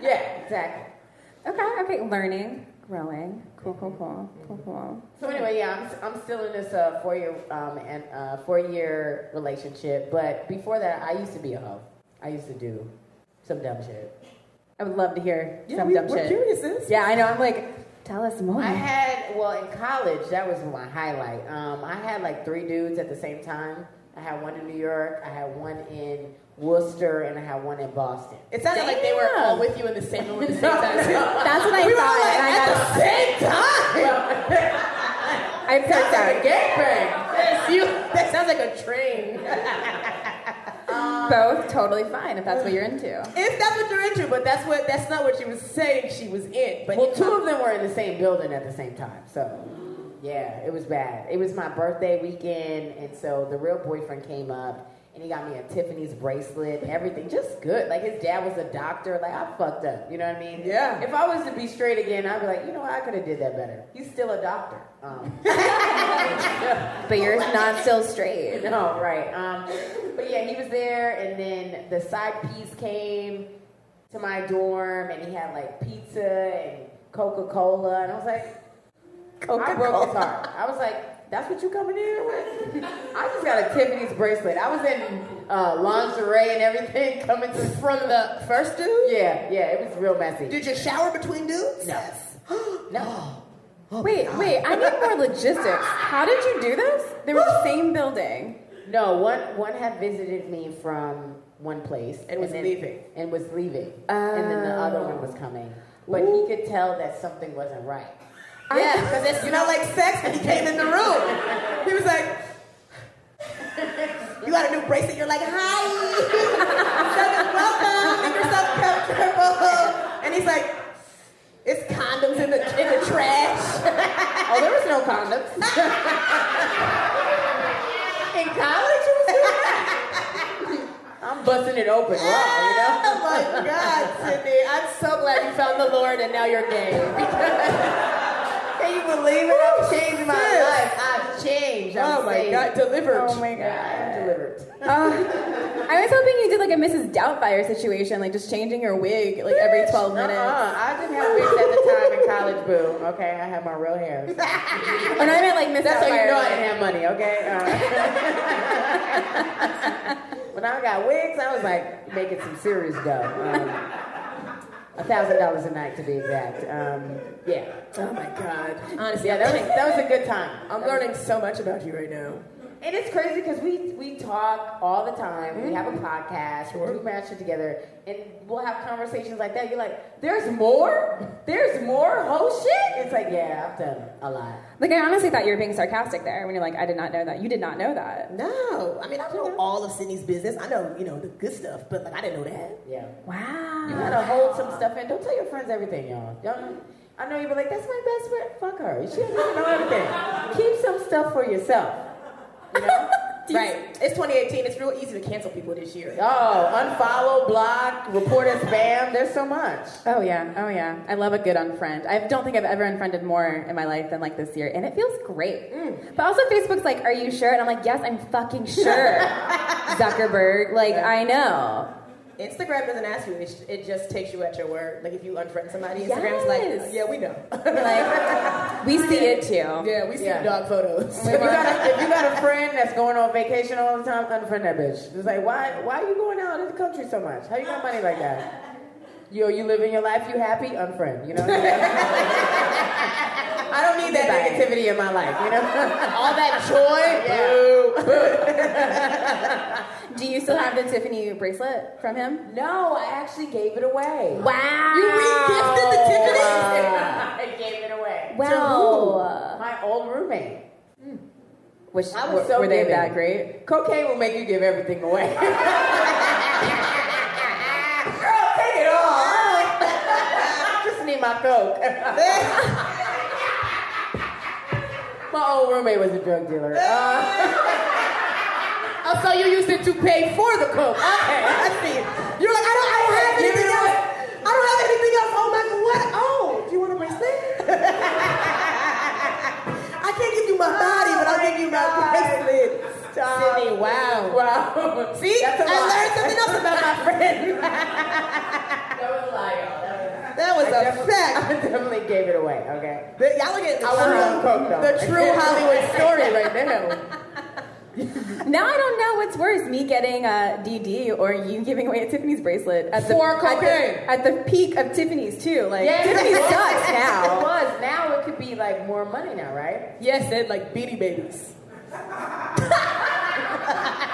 yeah, exactly.
Okay, okay. Learning, growing. Cool, cool, cool, cool, cool.
So anyway, yeah, I'm, I'm still in this uh, four year um, and uh, four year relationship, but before that, I used to be a hoe. I used to do some dumb shit.
I would love to hear some
we-
dumb
we're
shit.
curious, sis.
Yeah, I know. I'm like, tell us more.
I had well in college that was my highlight. Um, I had like three dudes at the same time. I had one in New York, I had one in Worcester, and I had one in Boston.
It sounded like they were
Damn.
all with you in the same room
<laughs>
at the same time.
That's what I
<laughs> we were all
thought.
like
and I got-
at the same time.
I picked out
gangbang. Yes, you. That sounds like a train.
both totally fine if that's what you're into.
If that's what you're into, but that's what that's not what she was saying. She was in, but
Well, two of them were in the same building at the same time, so yeah, it was bad. It was my birthday weekend, and so the real boyfriend came up, and he got me a Tiffany's bracelet, everything, just good. Like his dad was a doctor. Like I fucked up, you know what I mean?
Yeah.
If I was to be straight again, I'd be like, you know what? I could have did that better. He's still a doctor.
<laughs>
Um,
But you're not still straight.
<laughs> no, right. Um, but yeah, he was there, and then the side piece came to my dorm, and he had like pizza and Coca Cola, and I was like, I broke his heart. I was like, that's what you coming in here with? I just got a Tiffany's bracelet. I was in uh, lingerie and everything <laughs> coming to from the
First dude?
yeah, yeah. It was real messy.
Did you shower between
<gasps>
dudes? Yes.
no,
Wait, wait, I need more logistics. How did you do this? They were the same building.
no. One one had visited me from one place
And was leaving.
and was Oh. leaving, and then the other one was coming, but he could tell that something wasn't right.
Yeah, because it smelled like sex when he came in the room. He was like, You got a new bracelet? You're like, Hi! <laughs> Southern welcome! Make yourself comfortable! And he's like, It's condoms in the, in the trash.
Oh, there was no condoms.
<laughs>
In college, you was doing that? I'm busting it open raw, you <gasps> know?
Oh my God, Sydney. I'm so glad you found the Lord and now you're gay.
Can you believe it? I've changed my
sis.
life. I've changed. I'm
<laughs> Oh my
saved.
God, delivered.
Oh my God. I'm delivered.
I was hoping you did like a Mrs. Doubtfire situation, like just changing your wig like every 12 minutes.
Uh-uh. I didn't have wigs at the time in college, boo. Okay, I had my real <laughs> hair.
And I meant like Mrs.
That's how
Doubtfire.
you know I
like-
didn't have money, okay? Uh, <laughs> when I got wigs, I was like making some serious dough. Uh. A thousand dollars a night, to be exact. Um, yeah.
Oh my God.
Honestly, yeah, that was, that was a good time.
I'm learning so much about you right now.
And it's crazy because we we talk all the time. We have a
Mm-hmm.
podcast. We do match it together, and we'll have conversations like that. You're like, "There's more. There's more whole shit." It's like, yeah, I've done a lot.
Like I honestly thought you were being sarcastic there when you're like, I did not know that. You did not know that.
No, I mean I know all of Sydney's business. I know you know the good stuff, but like I didn't know that.
Yeah. You
Wow.
gotta hold some stuff in. Don't tell your friends everything, y'all. Y'all, I know you were like, that's my best friend. Fuck her. She doesn't even know everything. Keep some stuff for yourself. You know?
Right. It's 2018. It's real easy to cancel people this year.
Oh, unfollow, block, report as spam. There's so much.
Oh yeah, oh yeah. I love a good unfriend. I don't think I've ever unfriended more in my life than like this year, and it feels great.
Mm.
But also Facebook's like, "Are you sure?" And I'm like, "Yes, I'm fucking
<laughs>
sure." Zuckerberg, like I know.
Instagram doesn't ask you. It, it just takes you at your word. Like if you unfriend somebody, Instagram's
Yes.
like, yeah, we know.
Like we see it too.
yeah, we see
Yeah.
dog photos.
If you, got a, if you got a friend that's going on vacation all the time, unfriend that bitch. It's like, why, why are you going out of the country so much? How you got money like that? Yo, you living your life, you happy? Unfriend. You know what I mean? I don't need that negativity in my life, you <laughs> know?
all that joy. Boo.
Do you still have the Tiffany bracelet from him?
no, I actually gave it away.
Wow.
You re-gifted the Tiffany.
<laughs> I gave it away.
Wow.
My old roommate.
Which
I
were,
was so
were they
giving.
that great?
Cocaine will make you give everything away. <laughs> Girl, take it all. <laughs> I just need my coke. <laughs> my old roommate was a drug dealer. <laughs> Uh, oh, so you used it to pay for the coke.
Ah,
Okay, I see. You're like, I don't, I don't have anything else. I don't have anything else. Oh my, what? Oh, do you want to bracelet?
<laughs> I can't give you my body, but I'll give you
Oh
my bracelet. Stop. Sydney, wow.
Wow.
See,
That's a
I
lie.
learned something
<laughs>
else about my friend. that was a lie, y'all. That was a fact.
I definitely gave it away, okay?
The- Y'all are getting the
I want it on Coke, though.
true, the
<laughs>
true Hollywood story right now.
Now I don't know what's worse, me getting a DD or you giving away a Tiffany's bracelet at the,
For
at the-
cocaine.
at the peak of Tiffany's too. Like
Yeah,
<laughs>
Tiffany's
it
sucks
It
now.
was. Now it could be like more money now, right?
Yes, they had like Beanie Babies. <laughs>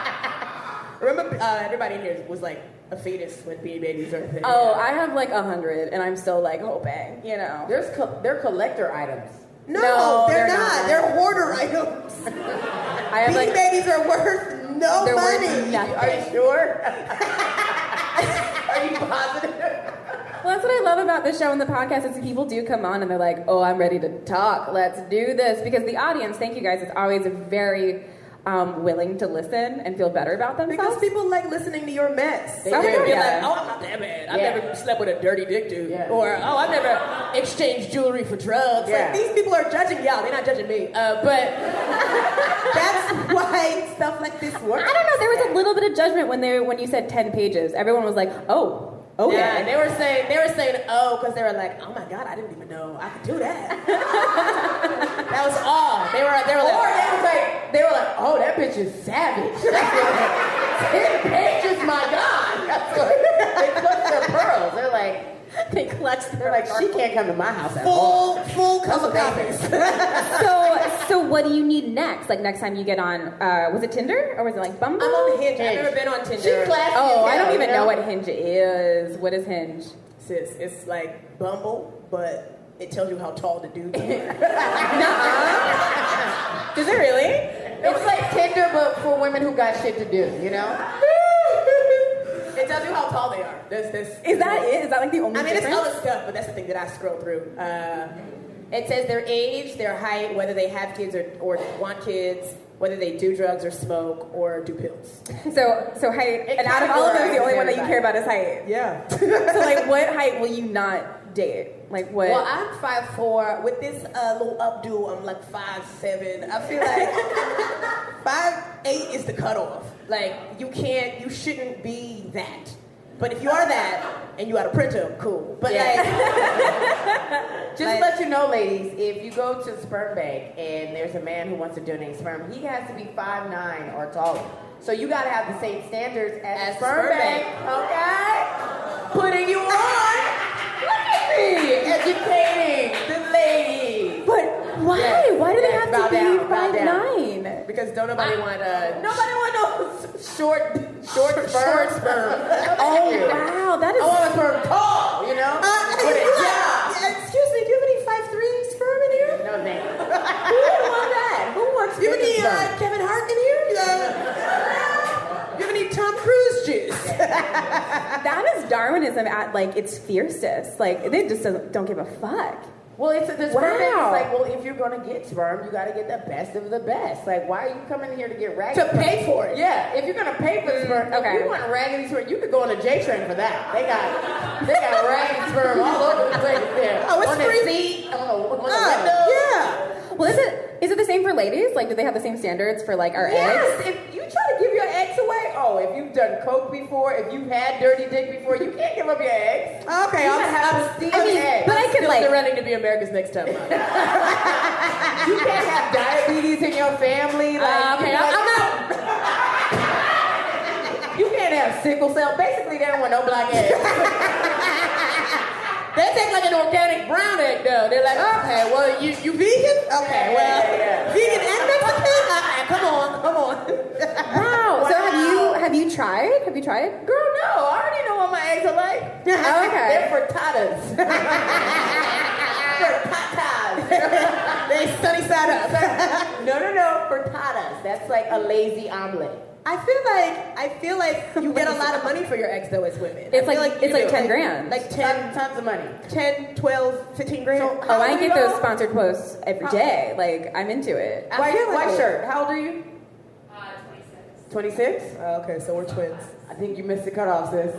Remember, uh, everybody in here was like a fetus when Beanie Babies are a
Uh,
thing.
Oh, I have like a hundred and I'm still like hoping, you know.
There's co- they're collector items.
no,
No,
they're,
they're
not.
not.
They're hoarder items.
I have
Beanie
like
Babies are worth no
they're
money.
worth
Are you
nothing.
sure? Are you positive?
Well, that's what I love about this show and the podcast is people do come on and they're like, "Oh, I'm ready to talk. Let's do this." Because the audience, thank you guys, is always very um, willing to listen and feel better about themselves.
Because people like listening to your mess. They
Some
are
do,
like,
yeah.
oh, I'm not that bad. I've
Yeah.
never slept with a dirty dick dude.
Yeah.
Or, oh, I've never exchanged jewelry for drugs.
Yeah.
Like, these people are judging y'all. They're not judging me. Uh, but that's why stuff like this works.
I don't know. There was a little bit of judgment when they when you said ten pages. Everyone was like, "Oh, okay."
Yeah, they were saying they were saying oh because they were like oh my god I didn't even know I could do that. <laughs> that was all they were. They were
Or
like
they was like, they were like, oh, that bitch is savage. That's what Ten pages, my God. That's what they clutched their pearls. They're like, they clutched. They're like, she can't come to my house at all.
full full color
Okay.
copies.
so so what do you need next? Like next time you get on, uh, was it Tinder or was it like Bumble?
I'm on Hinge. I've
Hinge.
never been on Tinder.
She classy.
oh, I don't
as hell,
even
you
know what Hinge is. What is Hinge?
Sis, it's like Bumble, but it tells you how tall the <laughs> dudes are.
Is it really?
It's like Tinder, but for women who got shit to do. You know?
it tells you how tall they are. That's this.
Is that it? Is that like the only?
I mean, it's
difference?
other stuff, but that's the thing that I scroll through. Uh, it says their age, their height, whether they have kids or, or want kids, whether they do drugs or smoke or do pills.
So so height.
It
And out of all of those, the
categorizes
only one that you
everybody.
care about is height. <laughs>
Yeah.
so like, what height will you not date? Like what?
Well, I'm five four. With this uh, little updo, I'm like five seven. I feel like <laughs> five eight is the cutoff. Like you can't, you shouldn't be that. But if you are that and you out of printer, cool. But like,
Just to let you know, ladies, if you go to sperm bank and there's a man who wants to donate sperm, he has to be 5'9 or taller. So you gotta have the same standards as,
As
sperm,
sperm
bank, okay?
<laughs>
Putting you on. Look at me, educating the ladies.
but why?
Yeah.
why do they
Yeah,
have
bow
to be
down, bow
five
down.
nine?
because don't nobody want uh,
Nobody want no short, short sperm.
short sperm.
<laughs> oh,
Wow, that is
I want a sperm tall, you know?
Uh,
With a
yeah.
job.
Excuse me, do you uh, have any five three sperm in
<laughs>
here?
No, thank you.
Who wants Do you have
big
any
and
uh, Kevin Hart in here? Uh, do you have any Tom Cruise juice?
That is Darwinism at like its fiercest. Like they just don't, don't give a fuck.
Well, it's the sperm bank
Wow.
is like, well, if you're gonna get sperm, you gotta get the best of the best. Like, why are you coming here to get raggedy?
To pay for it.
Yeah, if you're gonna pay for sperm,
okay.
if you want raggedy sperm, you could go on a J train for that. They got they got raggedy sperm all over the place there.
Oh, it's
on
free.
the seat, on the, on the
Uh,
window.
yeah.
Well, is it is it the same for ladies? Like, do they have the same standards for like our eggs?
Yes, if you try to give your eggs away, oh, if you've done coke before, if you've had dirty dick before, you can't give up your eggs.
Okay,
You
I'll
gotta have a steam
I mean,
egg.
but I could
still
like.
running to be America's Next
<laughs>
Top Model.
You can't have diabetes in your family. Like,
Uh, okay,
you
I'm-
out. <laughs> you can't have sickle cell. Basically, they don't want no black eggs.
<laughs> They take like an organic brown egg though. They're like, okay, well you you vegan? Okay, well
yeah, yeah.
vegan and Mexican? Uh-uh, come on, come on.
Wow. So have you have you tried? Have you tried?
Girl, no, I already know what my eggs are like.
<laughs> Okay.
They're frittatas. <laughs> frittatas.
<laughs> They sunny side up. <laughs>
No, no, no, frittatas. That's like a lazy omelet.
I feel like I feel like you get a lot of money for your eggs though as women. I
It's
feel
like-
you
it's like
do.
10 grand.
Like 10,
Tons, tons of money.
10, 12, 15 grand.
Oh, I get those sponsored posts every day. Like, I'm into it.
White,
feel like-
white shirt. How old are you? Uh, 26. 26?
Oh, okay, so we're twins.
I think you missed the cutoff, <laughs> sis.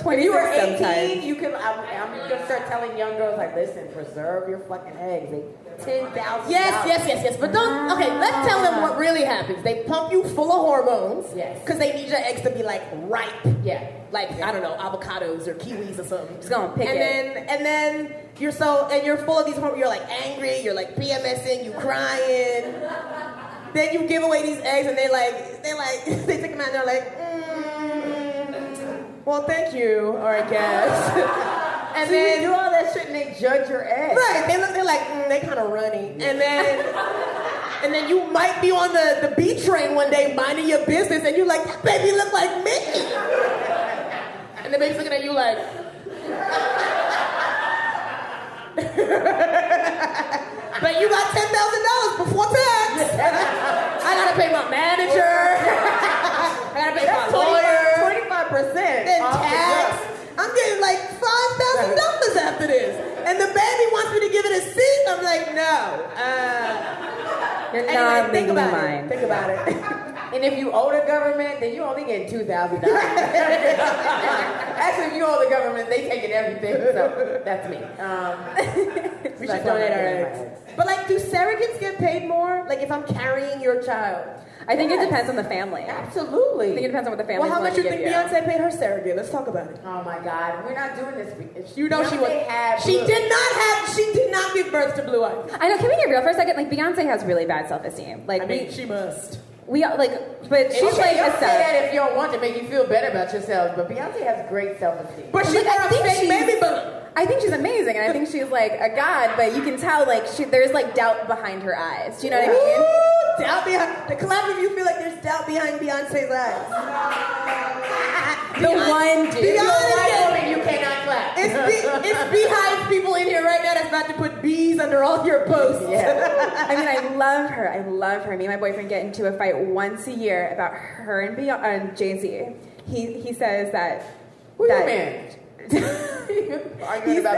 Twenty
you were 18,
sometimes.
you can. I'm, I'm gonna start telling young girls like, listen, preserve your fucking eggs. They ten thousand.
Yes, yes, yes, yes. But don't. Okay, let's tell them what really happens. They pump you full of hormones.
Yes.
Because they need your eggs to be like ripe.
Yeah.
Like I don't know, avocados or kiwis or something. Just
gonna pick
and
it.
then and then you're so and you're full of these hormones. You're like angry. You're like PMSing. You crying. then you give away these eggs and they like they like <laughs> they take them out and they're like. Mm, well, thank you, or I guess. <laughs> and
And then you do all that shit and they judge your eggs.
Right. They look. They're like mm, they kind of runny, and then and then you might be on the the B train one day minding your business, and you're like, that baby look like me, and the baby's looking at you like. <laughs> but you got ten thousand dollars before tax. I gotta pay my manager. <laughs> I gotta pay
That's
my lawyer.
twenty-five percent.
and tax. I'm getting like five thousand dollars after this, and the baby wants me to give it a seat. I'm like, no, uh,
You're
Anyway,
not
think
reading
about
mine.
it. Think about it. <laughs>
And if you owe the government, then you only get two thousand <laughs> dollars. Actually, if you owe the government, they taking everything. So that's me. Um,
We should donate our eggs. But like, do surrogates get paid more? Like, if I'm carrying your child,
I think it depends on the family.
Absolutely.
I think it depends on what the
well,
family's
how
willing
much
to
you think
give you.
Beyonce paid her surrogate? Let's talk about it.
Oh my God, we're not doing this.
You know she was.
Have,
she did not have. She did not give birth to Blue Ivy.
I know. Can we get real for a second? Like Beyonce has really bad self-esteem. Like
I mean,
we,
she must.
we all- like, but she's
okay,
like
y'all
a sub.
say that if you don't want to make you feel better about yourselves, but Beyonce has great self-esteem.
But she
Like, I
got a
think
fake
she's-
baby bump.
I think she's amazing, and I think she's like a god. But you can tell, like, she, there's like doubt behind her eyes. Do you know what I mean?
Ooh, doubt behind the clap if you feel like there's doubt behind Beyonce's eyes.
The one dude.
Beyonce.
White woman, you cannot clap.
It's, be, it's beehive people in here right now that's about to put bees under all your posts. <laughs>
I mean, I love her. I love her. Me and my boyfriend get into a fight once a year about her and Beyonce, uh, Jay Z. He he says that.
Who you
that-
married? Arguing
He's-
about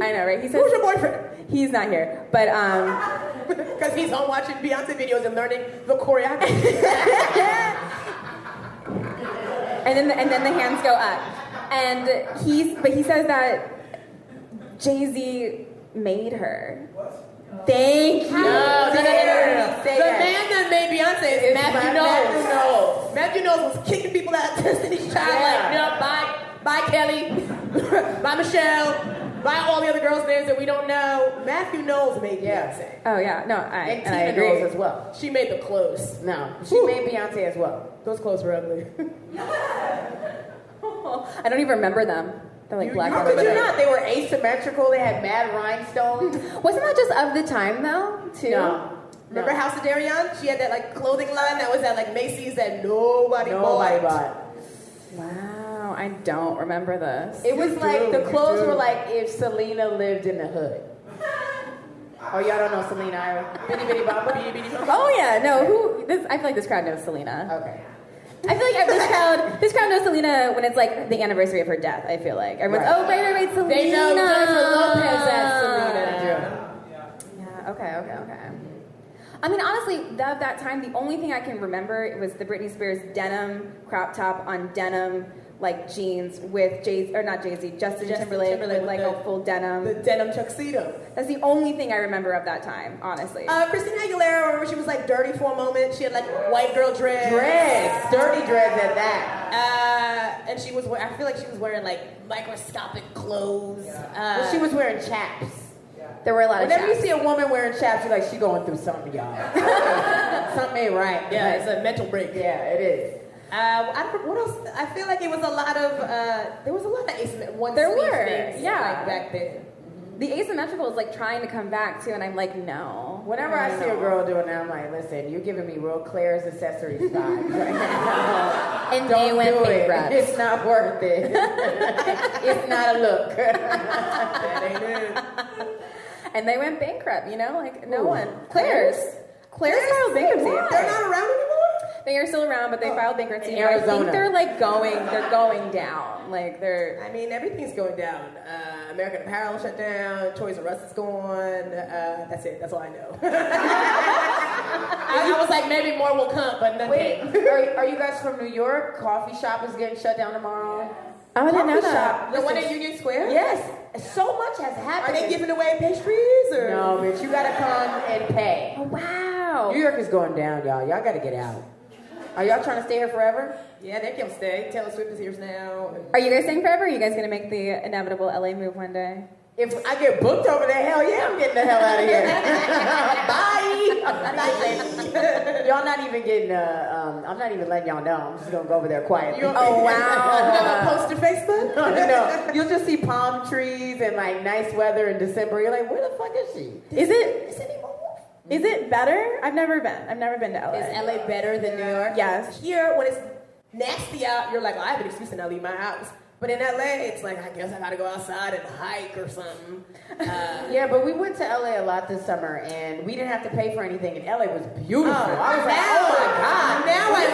<laughs> I know, right? He says
Who's your boyfriend?
he's not here, but um.
Because he's on watching Beyonce videos and learning the choreography.
and then the, and then the hands go up, and he's but he says that Jay Z made her. Thank you.
no, no, no, no, no.
Say
the
that.
man that made Beyonce is
It's
Matthew
my-
Knowles.
Matthew Knowles.
Matthew Knowles was kicking people out of Destiny's Child like,
Yeah.
yeah, bye, bye Kelly, <laughs> bye Michelle, bye all the other girls' names that we don't know. Matthew Knowles made
Yeah.
Beyonce.
Oh yeah, no, I
and
and I
Tina
agree.
Knowles as well.
She made the clothes.
No, she
Whew.
made Beyonce as well.
Those clothes
<laughs>
were ugly.
I don't even remember them. They're like
You-
black.
you-
and
did
Did
white.
you not? They were asymmetrical. They had mad rhinestones.
Wasn't that just of the time though? Too.
No.
Remember House of Darion? She had that like clothing line that was at like Macy's that nobody,
Nobody
bought.
bought.
Wow, I don't remember this.
It was
You
like
do,
the
you
clothes
do.
were like if Selena lived in the hood. Oh, y'all don't know Selena Ira. Bitty bitty bopper.
Bitty, bitty, bop.
Oh yeah, no. Who? This I feel like this crowd knows Selena.
Okay.
I feel like this crowd, this crowd knows Selena when it's like the anniversary of her death. I feel like everyone's
Right.
oh right, right, right, Selena.
They know Jennifer Lopez as Selena.
Yeah. Okay. Okay. Okay. I mean, honestly, of that time, the only thing I can remember was the Britney Spears denim crop top on denim like jeans with Jay or not Jay Z, Justin,
Justin
Timberlake,
Timberlake
with
with
like
the-
a full denim.
The denim tuxedo.
That's the only thing I remember of that time, honestly.
Uh, Christina Aguilera, remember she was like dirty for a moment. She had like white girl dread.
Dreads. Dirty dreads at that.
Uh, and she was, we- I feel like she was wearing like microscopic clothes.
But
Uh,
she was wearing chaps.
there were a lot of
Whenever you
chaps.
see a woman wearing chaps, you're like, she going through something, y'all. something ain't right.
yeah,
Like,
it's a mental break.
yeah, it is.
Uh, I don't, what else? I feel like it was a lot of, uh, there was a lot of asymmet- one
There
sleeve
were,
things,
yeah.
like, back then.
the asymmetrical is like trying to come back too, and I'm like, no.
Whenever I see a girl doing that, I'm like, listen, you're giving me real Claire's accessories
<laughs>
vibes right now.
And
Don't
they went
do it.
bankrupt. <laughs>
It's not worth
<laughs>
it. it's not a look.
And they went bankrupt, you know? Like, no
Ooh.
one. Claire's. Claire's, filed bankruptcy.
They're not around anymore?
They are still around, but they filed bankruptcy.
In
but I
Arizona.
think they're, like, going, they're going down. Like, they're,
I mean, everything's going down. Uh, American Apparel shut down. Toys R Us is gone. Uh, that's it. That's all I know. I, I was like, maybe more will come, but nothing.
Wait, are, are you guys from New York? Coffee shop is getting shut down tomorrow.
oh, I didn't know
Coffee
that.
shop.
The one
Listen,
at Union Square?
Yes, so much has
Are
happened.
they giving away pastries or?
no, bitch, you gotta come and pay.
Oh, Wow.
New York is going down, y'all. Y'all gotta get out. Are y'all trying to stay here forever?
Yeah, they can stay. Taylor Swift is here now.
Are you guys staying forever? Or are you guys going to make the inevitable LA move one day?
If I get booked over there, hell yeah, I'm getting the hell out of
<laughs>
here. Bye. y'all not even getting. Uh, um, I'm not even letting y'all know. I'm just gonna go over there quietly.
You-
Oh,
<laughs>
wow.
Post to Facebook?
no, <laughs> you'll just see palm trees and like nice weather in December. You're like, where the fuck is she?
Is it, is it better? I've never been. I've never been to LA.
Is LA better than New York?
Yes.
Here, when it's nasty out, you're like, oh, I have an excuse to not leave my house. But in LA, it's like I guess I gotta go outside and hike or something. Uh,
Yeah, but we went to LA a lot this summer, and we didn't have to pay for anything, and LA was beautiful. Oh, I was like,
now
oh
I-
my god!
now I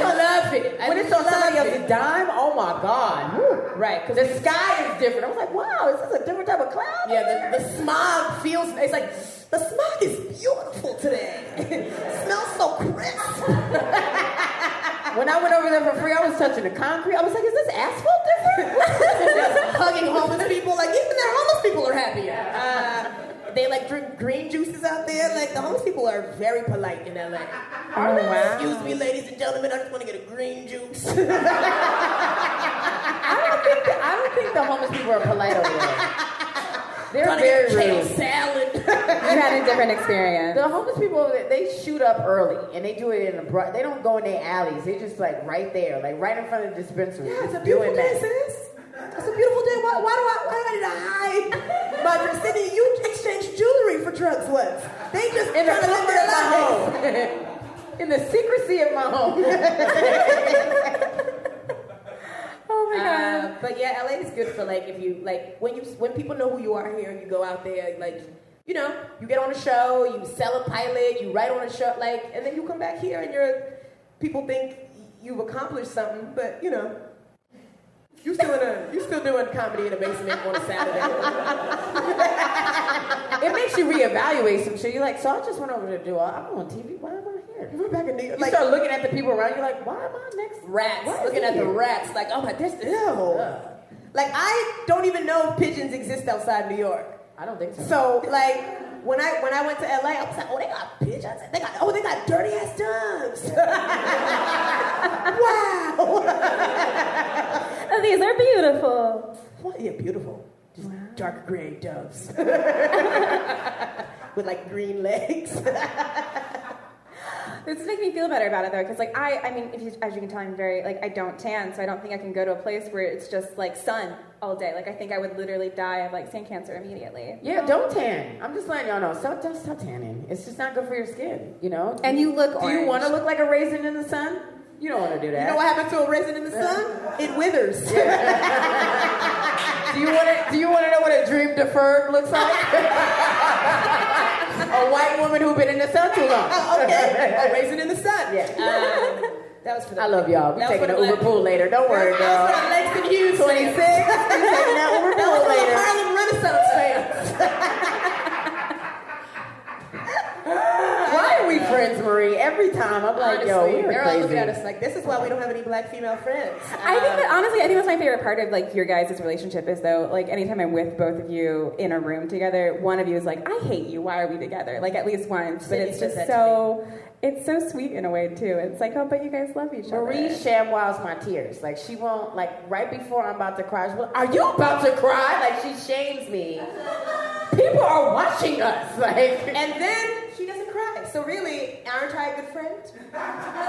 love it.
I
When it's on somebody
love
else's dime, oh my god! Woo.
right, because
The sky is different. I was like, wow, is this a different type of cloud?
yeah, the, the smog feels. It's like the smog is beautiful today. <laughs> it smells so crisp.
<laughs> When I went over there for free, I was touching the concrete. I was like, is this asphalt different? <laughs>
hugging homeless people. Like even their homeless people are happy. Uh, they like drink green juices out there. Like the homeless people are very polite in LA.
Oh, wow.
Excuse me, ladies and gentlemen, I just want to get a green <laughs> juice.
I don't think the homeless people are polite over there. They're
Gonna get
very
a potato
rude.
<laughs> salad.
You had a different experience.
<laughs>
The homeless people, they- they shoot up early, and they do it in a broad. They don't go in their alleys. They just like right there, like right in front of the dispensary.
Yeah, it's a
just
beautiful
doing
day,
that.
sis. It's a beautiful day. Why, why do I? Why do I need to hide my vicinity? You exchange jewelry for drugs once. They just
In the
trying to live
comfort
their
of my
lives.
home. in the secrecy of my home.
oh my god.
Uh, <laughs> but yeah, LA is good for like if you like when you when people know who you are here and you go out there like you know you get on a show, you sell a pilot, you write on a show like, and then you come back here and you're people think you've accomplished something, but you know. You still in a you still doing comedy in a basement on
<laughs>
a Saturday.
it makes you reevaluate some shit. You're like, so I just went over to do. all- I'm on TV. Why am I here?
We're back in New York.
You
Like
start looking at the people around. You're like, why am I next?
rats,
Why is
looking
he
at the
here?
rats, like, oh my there's ew. Like I don't even know if pigeons exist outside New York.
I don't think so.
So like when I when I went to LA, I was like, oh they got pigeons, they got oh they got dirty ass doves. wow.
Oh, these are beautiful.
What? Yeah, beautiful. Just dark gray doves <laughs> with like green legs.
This makes me feel better about it though, because like I, I mean, if you, as you can tell, I'm very like I don't tan, so I don't think I can go to a place where it's just like sun all day. Like I think I would literally die of like skin cancer immediately.
Yeah, don't tan. I'm just letting y'all know. Stop, don't stop tanning. It's just not good for your skin, you know?
And you look
Do you
orange.
want to look like a raisin in the sun? You don't want to do that.
You know what happened to a raisin in the sun? It withers. <laughs>
do you want to do you want to know what a dream deferred looks like? <laughs> a white woman who's been in the sun too long.
okay, <laughs> a raisin in the sun.
Oh, Yeah.
Um, that was for the
I love y'all. We
That was
taking
for
an
the
Uber
black-
pool later. Don't worry,
That was for
girl.
the Langston Hughes.
26. <laughs> We taking that Uber
That
pool
was for the
later.
Harlem Renaissance fans.
Why are we friends, Marie? Every time I'm like, yo,
Honestly,
we
they're
are
all looking at
crazy.
us like, this is why we don't have any black female friends.
I think that honestly, I think that's my favorite part of like your guys' relationship is though, like anytime I'm with both of you in a room together, one of you is like, "I hate you. Why are we together?" Like at least once, but
Sydney
it's
says
just
that to
so, it's so sweet in a way too. It's like, oh, but you guys love each other.
Marie shamwows my tears. Like she won't. Like right before I'm about to cry, she's like, "Are you about to cry?" Like she shames me. People are watching us. <laughs> Like
And then she doesn't cry. So really, aren't I a good friend?
<laughs>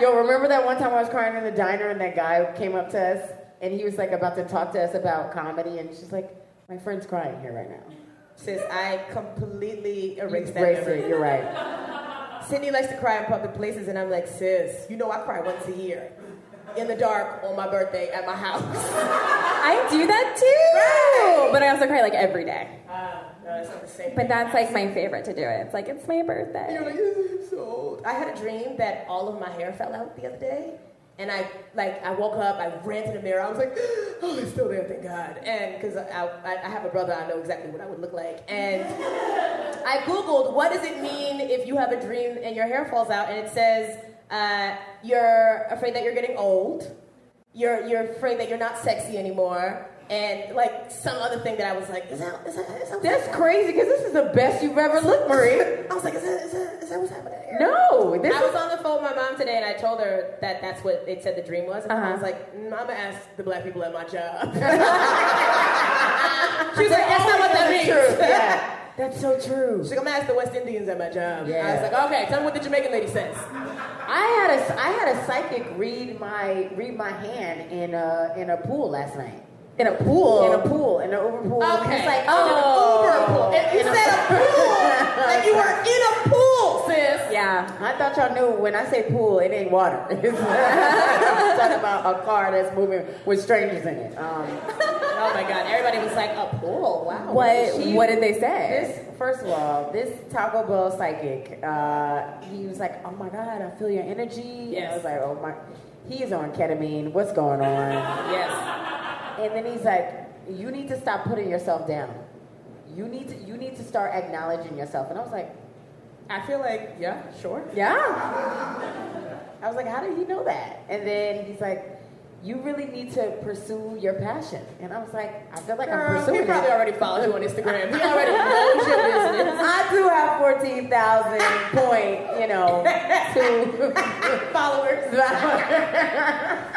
Yo, remember that one time I was crying in the diner and that guy came up to us and he was like about to talk to us about comedy and she's like, my friend's crying here right now.
Sis, I completely erased that
Brace
memory.
it, you're right.
Sydney likes to cry in public places, and I'm like, sis, you know I cry once a year. In the dark, on my birthday, at my house.
I do that too,
Right.
but I also cry like every day.
<laughs> Uh, no, it's not the same.
But that's like my favorite to do it. It's like it's my birthday.
You're like, "This is so old." I had a dream that all of my hair fell out the other day, and I like I woke up, I ran to the mirror, I was like, <gasps> oh, it's still there, thank God. And because I, I I have a brother, I know exactly what I would look like. And I googled what does it mean if you have a dream and your hair falls out, and it says uh, you're afraid that you're getting old, you're you're afraid that you're not sexy anymore. And like some other thing that I was like, is that, is that, is that
That's crazy because this is the best you've
<laughs>
ever looked, Marie.
I was like, is that, is that, is that what's happening here?
No, this
I
is
was on the phone with my mom today, and I told her that that's what they said the dream was, and
Uh-huh.
I was like, mm, "I'm gonna ask the black people at
<laughs>
my job." <laughs> she was like, "That's not what that means."
true.
<laughs>
Yeah, that's so true.
She's like, "I'm gonna ask the West Indians at my job." I
Yeah.
was like, "Okay, tell me what the Jamaican lady says."
I had a I had a psychic read my read my hand in a in a pool last night. In a pool. In a pool. In an Uber pool.
Okay.
It's like,
Oh.
oh.
Uber pool. If you
In a-
said a pool, like you were in a pool, sis.
Yeah.
I thought y'all knew when I say pool, it ain't water. <laughs> I'm talking about a car that's moving with strangers in it. Um,
Oh my god, everybody was like, a pool? Wow.
What-
She-
what did they say? This, first of all, this Taco Bell psychic, uh, he was like, "Oh my God, I feel your energy." And I was
Yes.
like, "Oh my," he's on ketamine. What's going on?
Yes.
and then he's like, "You need to stop putting yourself down. You need to you need to start acknowledging yourself." And I was like,
I feel like, yeah, sure.
"Yeah." I was like, "How did he know that?" And then he's like. You really need to pursue your passion, and I was like, I feel like I'm
Girl,
pursuing
he probably
it.
already followed you on Instagram. He already knows your business.
<laughs> I do have 14,000 point, you
<laughs>
know, to
Followers.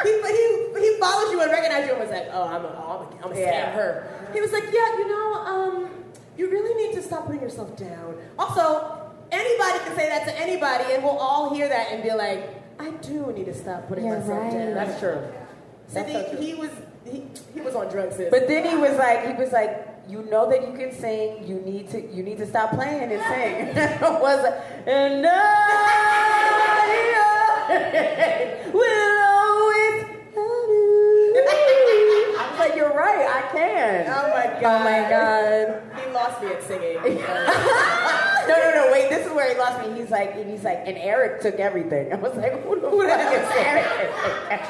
He, he, he follows you and recognizes you and was like, oh, I'm a, oh, I'm a, I'm a
Yeah.
scam her. He was like, yeah, you know, um, you really need to stop putting yourself down. Also, anybody can say that to anybody, and we'll all hear that and be like, I do need to stop putting myself down.
That's true.
Cindy,
that's so true.
he was he, he was on drugs. Sis.
But then he was like, he was like, you know that you can sing. You need to, you need to stop playing and sing. <laughs> I was like, and I <laughs> will always love you. I was like, you're right. I can.
oh my god!
Oh my god.
He lost me at
<laughs>
singing.
No, no, no, wait, this is where he lost me. He's like, and he's like, and Eric took everything. <laughs> I was like, who the fuck is Eric?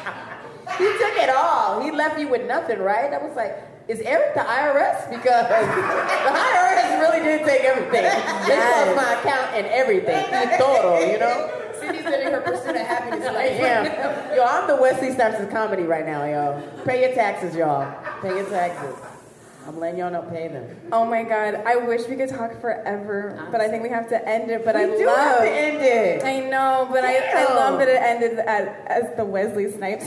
he took it all. He left you with nothing, right? I was like, is Eric the IRS? Because <laughs> the IRS really did take everything. They closed my account and everything. He total, you know?
Cindy's living her pursuit
<laughs>
of happiness.
I
Like,
am. Yo, I'm the Wesley Snipes of comedy right now, yo. Pay your taxes, y'all. Pay your taxes. I'm letting y'all know pay them.
Oh my god, I wish we could talk forever, but I think we have to end it. But I
We do have
love.
to end it.
I know, but I, I
Damn.
love that it ended at, as the Wesley
<laughs>
Snipes.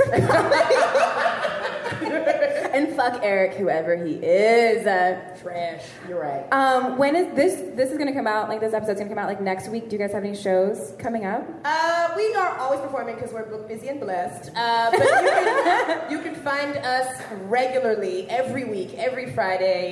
and fuck Eric, whoever he is. Uh,
Trash.
You're right.
um, when is this? This is gonna come out. Like this episode's gonna come out like next week. Do you guys have any shows coming up?
Uh, we are always performing because we're booked, busy and blessed. Uh, but you can, you can find us regularly every week, every Friday.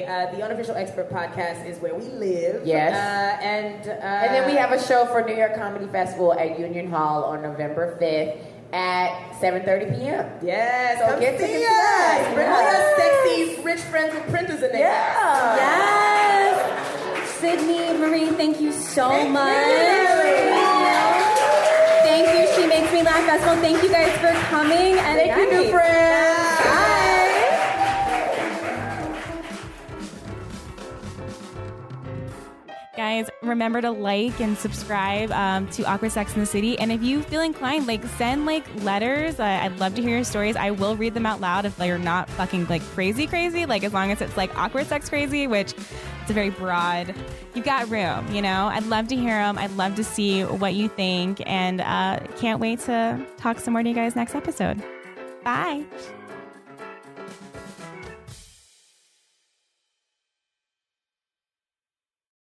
Uh, the Unofficial Expert Podcast is where we live.
Yes.
Uh, and uh,
And then we have a show for New York Comedy Festival at Union Hall on November 5th at 7.30 p.m.
yes.
So
come
get
see
tickets to
us.
that.
Bring all your sexy rich friends with printers in there.
Yeah.
Yes! Sydney, Marie, thank you so much. Thank you. She makes me laugh festival. Thank you guys for coming. And
Thank you, new
night.
friends.
Bye.
Guys, remember to like and subscribe um, to Awkward Sex in the City. And if you feel inclined, like send like letters. Uh, I'd love to hear your stories. I will read them out loud if they're not fucking like crazy, crazy. Like as long as it's like awkward sex crazy, which it's a very broad. You've got room, you know. I'd love to hear them. I'd love to see what you think, and uh, can't wait to talk some more to you guys next episode. Bye.